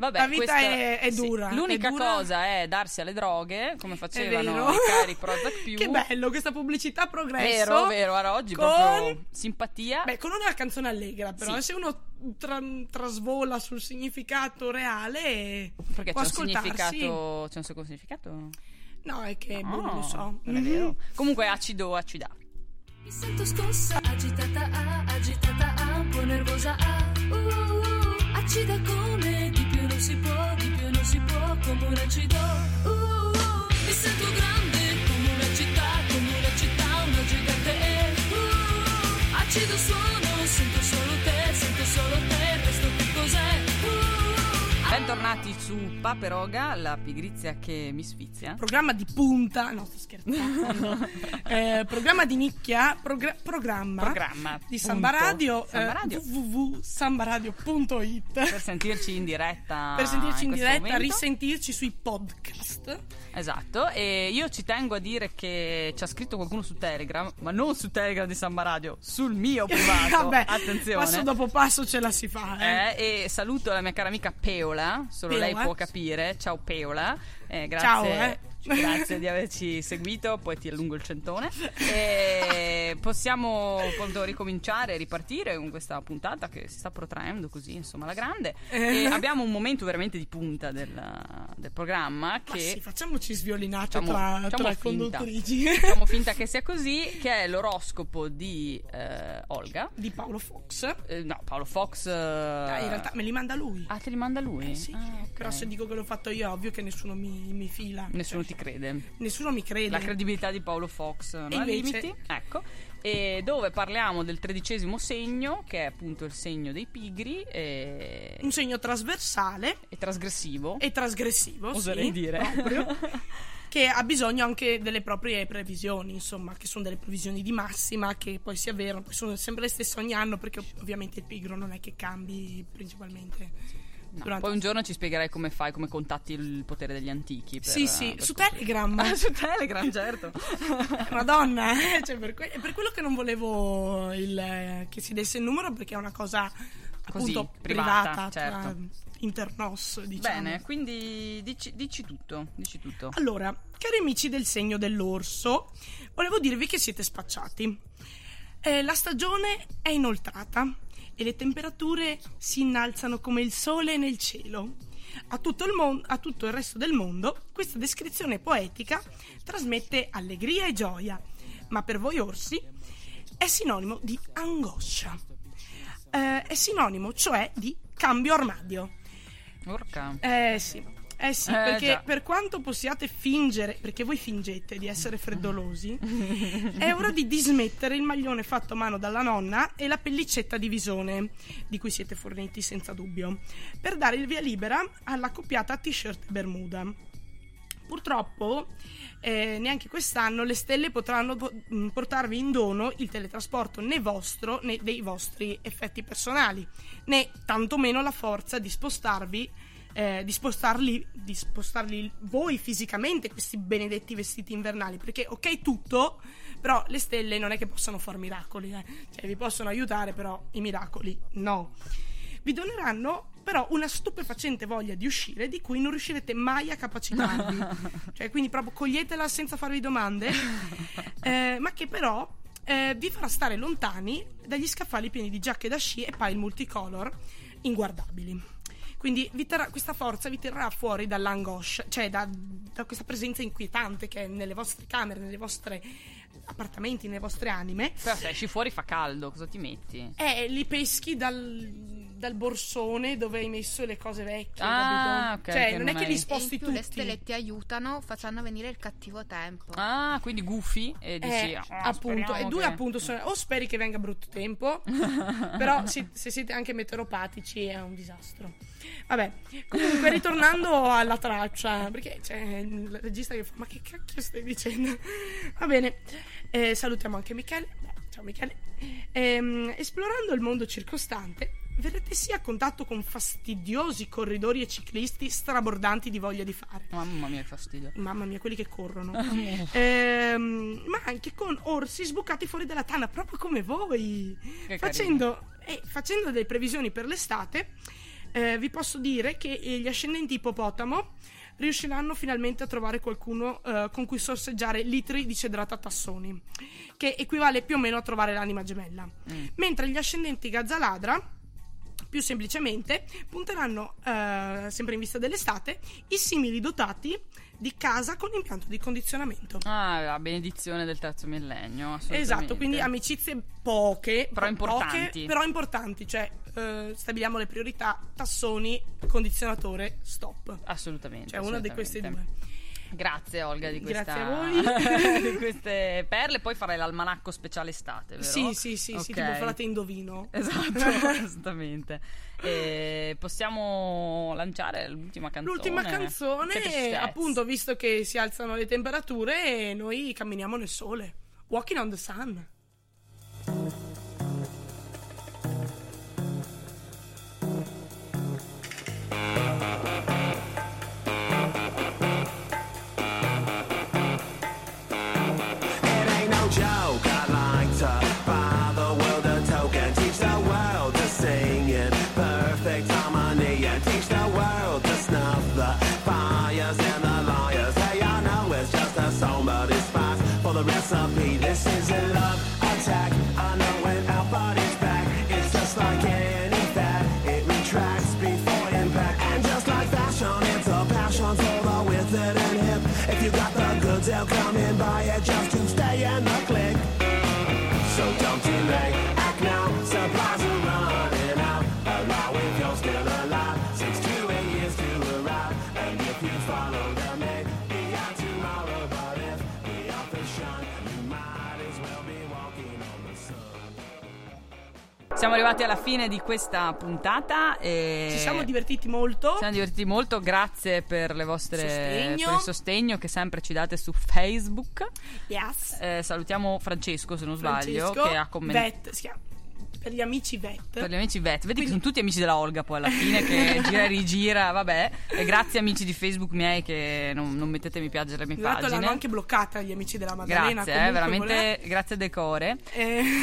C: Vabbè,
B: La vita
C: questa-
B: è- è
C: sì,
B: dura,
C: L'unica
B: è dura.
C: cosa è darsi alle droghe, come
B: È
C: facevano
B: vero.
C: i cari Prozac più.
B: che bello questa pubblicità progresso.
C: Vero, vero, guarda, oggi
B: con...
C: proprio simpatia.
B: Beh, con una canzone allegra, però
C: Sì.
B: se uno tra- trasvola sul significato reale
C: perché c'è
B: può
C: un
B: ascoltarsi.
C: significato. C'è un suo significato?
B: No, è che
C: No,
B: boh, non lo so.
C: Non è
B: Mhm.
C: vero. Comunque, acido, acida.
K: Mi sento scossa, agitata, ah, agitata, ah, un po' nervosa, ah, uh, uh, uh, accida come di più non si può, di più non si può, come un acido, uh, uh, uh. mi sento grande come una città, come una città, una gigante, eh, uh, uh, uh. acido suono, sento solo te, sento solo te, il resto che cos'è, uh, uh, uh.
C: Bentornati su Paperoga, la pigrizia che mi sfizia.
B: Programma di punta, no, sto scherzando. Eh, programma di nicchia, progra- programma,
C: Programma
B: di
C: punto.
B: Samba Radio,
C: Samba
B: eh,
C: Radio.
B: www.sambaradio.it
C: Per sentirci in diretta.
B: per sentirci in
C: questo
B: diretta,
C: momento.
B: risentirci sui podcast.
C: Esatto, e io ci tengo a dire che ci ha scritto qualcuno su Telegram, ma non su Telegram di Samba Radio, sul mio privato.
B: Vabbè,
C: attenzione.
B: passo dopo passo ce la si fa. eh.
C: Eh, e saluto la mia cara amica Peola, solo
B: Peola.
C: lei può capire. Ciao Peola, Eh, grazie,
B: Ciao, eh.
C: grazie di averci seguito, poi ti allungo il centone. E possiamo appunto ricominciare, ripartire con questa puntata che si sta protraendo così, insomma, alla grande.
B: Eh.
C: E abbiamo un momento veramente di punta del, del programma
B: Ma
C: che
B: sì, facciamoci sviolinato
C: Facciamo-
B: tra,
C: facciamo
B: tra
C: finta.
B: conduttrici
C: facciamo finta che sia così, che è l'oroscopo di eh, Olga.
B: di Paolo Fox.
C: Eh, no, Paolo Fox. eh,
B: Ah, in realtà me li manda lui.
C: Ah, te li manda lui?
B: Eh sì,
C: Ah, ok.
B: però se dico che l'ho fatto io, è ovvio che nessuno mi, mi fila.
C: Nessuno ti
B: Cioè,
C: crede.
B: Nessuno mi crede.
C: La credibilità di Paolo Fox non ha
B: invece-
C: limiti. Ecco. E dove parliamo del tredicesimo segno, che è appunto il segno dei pigri, e,
B: Un segno trasversale
C: e trasgressivo.
B: e trasgressivo.
C: oserei
B: sì,
C: dire.
B: proprio, che ha bisogno anche delle proprie previsioni, insomma, che sono delle previsioni di massima che poi si avverano, poi sono sempre le stesse ogni anno, perché ov- ovviamente il pigro non è che cambi principalmente.
C: No,
B: durante-
C: Poi un giorno ci spiegherai come fai, come contatti il potere degli antichi. per- eh,
B: Sì, sì,
C: per
B: su
C: scoprire.
B: Telegram.
C: Ah, su Telegram, certo.
B: Madonna, eh, cioè, per, que- è per quello che non volevo il, eh, che si desse il numero perché è una cosa
C: Così,
B: appunto
C: privata,
B: privata,
C: certo.
B: tra- internos, diciamo.
C: Bene, quindi dici, dici tutto, dici tutto.
B: Allora, cari amici del segno dell'orso, volevo dirvi che siete spacciati. Eh, la stagione è inoltrata e le temperature si innalzano come il sole nel cielo. A tutto, il mon- a tutto il resto del mondo questa descrizione poetica trasmette allegria e gioia, ma per voi orsi è sinonimo di angoscia. Eh, è sinonimo cioè di cambio armadio.
C: Orca.
B: Eh sì, eh sì
C: Eh,
B: perché
C: già.
B: per quanto possiate fingere, perché voi fingete di essere freddolosi, è ora di dismettere il maglione fatto a mano dalla nonna e la pellicetta di visone, di cui siete forniti senza dubbio, per dare il via libera alla copiata t-shirt e bermuda. Purtroppo, eh, neanche quest'anno le stelle potranno po- mh, portarvi in dono il teletrasporto né vostro né dei vostri effetti personali, né tantomeno la forza di spostarvi. eh, di, spostarli, di spostarli voi fisicamente questi benedetti vestiti invernali perché ok tutto però le stelle non è che possano far miracoli eh. cioè vi possono aiutare però i miracoli no vi doneranno però una stupefacente voglia di uscire di cui non riuscirete mai a capacitarvi. cioè, quindi proprio coglietela senza farvi domande, eh, ma che però eh, vi farà stare lontani dagli scaffali pieni di giacche da sci e pile multicolor inguardabili. Quindi vi terrà- questa forza vi terrà fuori dall'angoscia, cioè da, da questa presenza inquietante che è nelle vostre camere, nelle vostre appartamenti, nelle vostre anime.
C: Però se esci fuori fa caldo, cosa ti metti?
B: Eh, li peschi dal, dal borsone dove hai messo le cose vecchie.
C: Ah,
B: capito?
C: ok,
B: Cioè,
C: che
B: non,
C: non
B: è che
C: hai-
B: li
E: e
B: sposti
E: in più le
B: tutti.
E: stelle ti aiutano facendo venire il cattivo tempo.
C: Ah, quindi gufi e dici...
B: Eh,
C: "Ah,
B: appunto,
C: speriamo
B: e due
C: che-"
B: appunto sono o speri che venga brutto tempo, però se, se siete anche meteoropatici è un disastro. Vabbè, comunque ritornando alla traccia, perché c'è il regista che fa "Ma che cacchio stai dicendo?". Va bene. eh, salutiamo anche Michele. Beh, Ciao Michele. Ehm, esplorando il mondo circostante, verrete sia a contatto con fastidiosi corridori e ciclisti strabordanti di voglia di fare.
C: Mamma mia, che fastidio.
B: Mamma mia, quelli che corrono.
C: Uff.
B: Ehm, ma anche con orsi sbucati fuori dalla tana, proprio come voi.
C: Che
B: Facendo, eh, facendo delle previsioni per l'estate, eh, vi posso dire che eh, gli ascendenti ippopotamo riusciranno finalmente a trovare qualcuno eh, con cui sorseggiare litri di cedrata a tassoni, che equivale più o meno a trovare l'anima gemella. Mentre gli ascendenti gazzaladra, più semplicemente, punteranno, eh, sempre in vista dell'estate, i simili dotati di casa con impianto di condizionamento.
C: Ah, la benedizione del terzo millennio, assolutamente.
B: Esatto, quindi amicizie poche,
C: Però
B: po- poche,
C: importanti.
B: però importanti, cioè eh, stabiliamo le priorità, tassoni, condizionatore, stop.
C: Assolutamente.
B: Cioè una di queste due.
C: assolutamente. Grazie Olga di questa
B: Grazie a voi.
C: di queste perle, poi farai l'almanacco speciale estate, vero?
B: Sì, sì, sì, sì, tipo
C: Ok.
B: frate indovino.
C: Esatto, assolutamente. E possiamo lanciare l'ultima canzone.
B: L'ultima
C: Che
B: canzone,
C: tristezza.
B: appunto, visto che si alzano le temperature, noi camminiamo nel sole. Walking on the sun.
L: It ain't no joke. I like to buy the world a token. Teach the world to sing in perfect harmony. And teach the world to snuff the fires and the liars. Hey, I know it's just a song, but it's fine for the recipe. This is a love attack. I know when our body's back, it's just like any fat. It retracts before impact. And just like fashion, it's a passion for the withered and hip. If you got the goods, they'll come and buy it just to stay in the click. So don't delay, act now. Supplies are running out. Allow if you're still alive. Six to eight years to arrive. And if you follow the maid, be out tomorrow. But if the office shine, you might as well be walking on the sun.
C: Siamo arrivati alla fine di questa puntata. E
B: Ci siamo divertiti molto.
C: Ci siamo divertiti molto, grazie per le vostre
B: Sostegno.
C: per il sostegno che sempre ci date su Facebook.
B: Yes.
C: Eh, salutiamo Francesco, se non sbaglio,
B: Francesco,
C: che ha commentato.
B: Vet, si chiama- per gli amici Vet.
C: Per gli amici Vet, vedi che sono tutti amici della Olga poi alla fine che gira e rigira, vabbè. E grazie amici di Facebook miei che non, non mettete mi piace alle mie
B: Tra l'altro
C: pagine.
B: l'hanno anche bloccata gli amici della Maddalena.
C: Grazie, eh,
B: comunque, Eh.
C: veramente
B: voleva-
C: grazie Decore.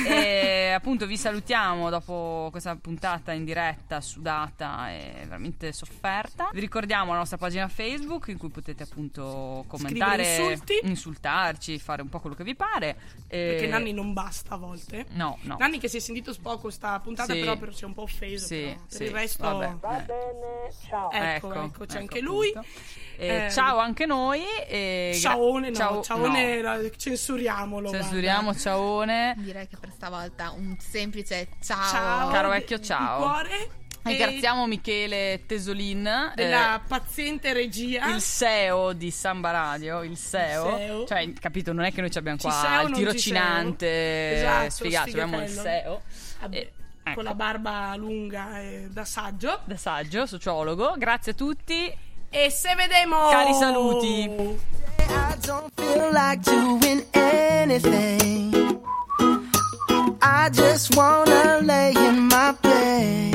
C: E appunto vi salutiamo dopo questa puntata in diretta, sudata e veramente sofferta. Vi ricordiamo la nostra pagina Facebook in cui potete appunto commentare,
B: Scrivere insulti.
C: insultarci, fare un po' quello che vi pare. E-
B: Perché Nanni non basta a volte.
C: No, eh, no.
B: Nanni che si è sentito poco sta puntata,
C: Sì.
B: però, però si è un po' offeso.
C: Sì,
B: però. Per
C: sì,
B: il resto.
C: vabbè. Va
B: bene, ciao. Ecco, ecco, c'è
C: ecco,
B: anche lui.
C: appunto. Eh, ciao anche noi. E gra-
B: Ciaone, no,
C: ciao-
B: ciaone,
C: no.
B: la- censuriamolo.
C: Censuriamo,
B: guarda.
C: ciaone.
E: Direi che per stavolta un semplice ciao.
B: Ciao,
C: Caro vecchio, ciao.
B: Di cuore.
C: Ringraziamo Michele Tesolin.
B: Della
C: eh,
B: paziente regia. eh,
C: il SEO di Samba Radio, il SEO,
B: SEO.
C: cioè capito, non è che noi ci abbiamo
B: Ci
C: qua
B: SEO,
C: il
B: non ci
C: tirocinante
B: SEO. Esatto,
C: sfigato, ci abbiamo il
B: sfigatello.
C: SEO. Eh, ecco.
B: Con la barba lunga e da saggio.
C: Da saggio, sociologo. Grazie a tutti.
B: E se vedemo
C: Cari saluti.
A: I don't feel like doing anything. I just wanna lay in my bed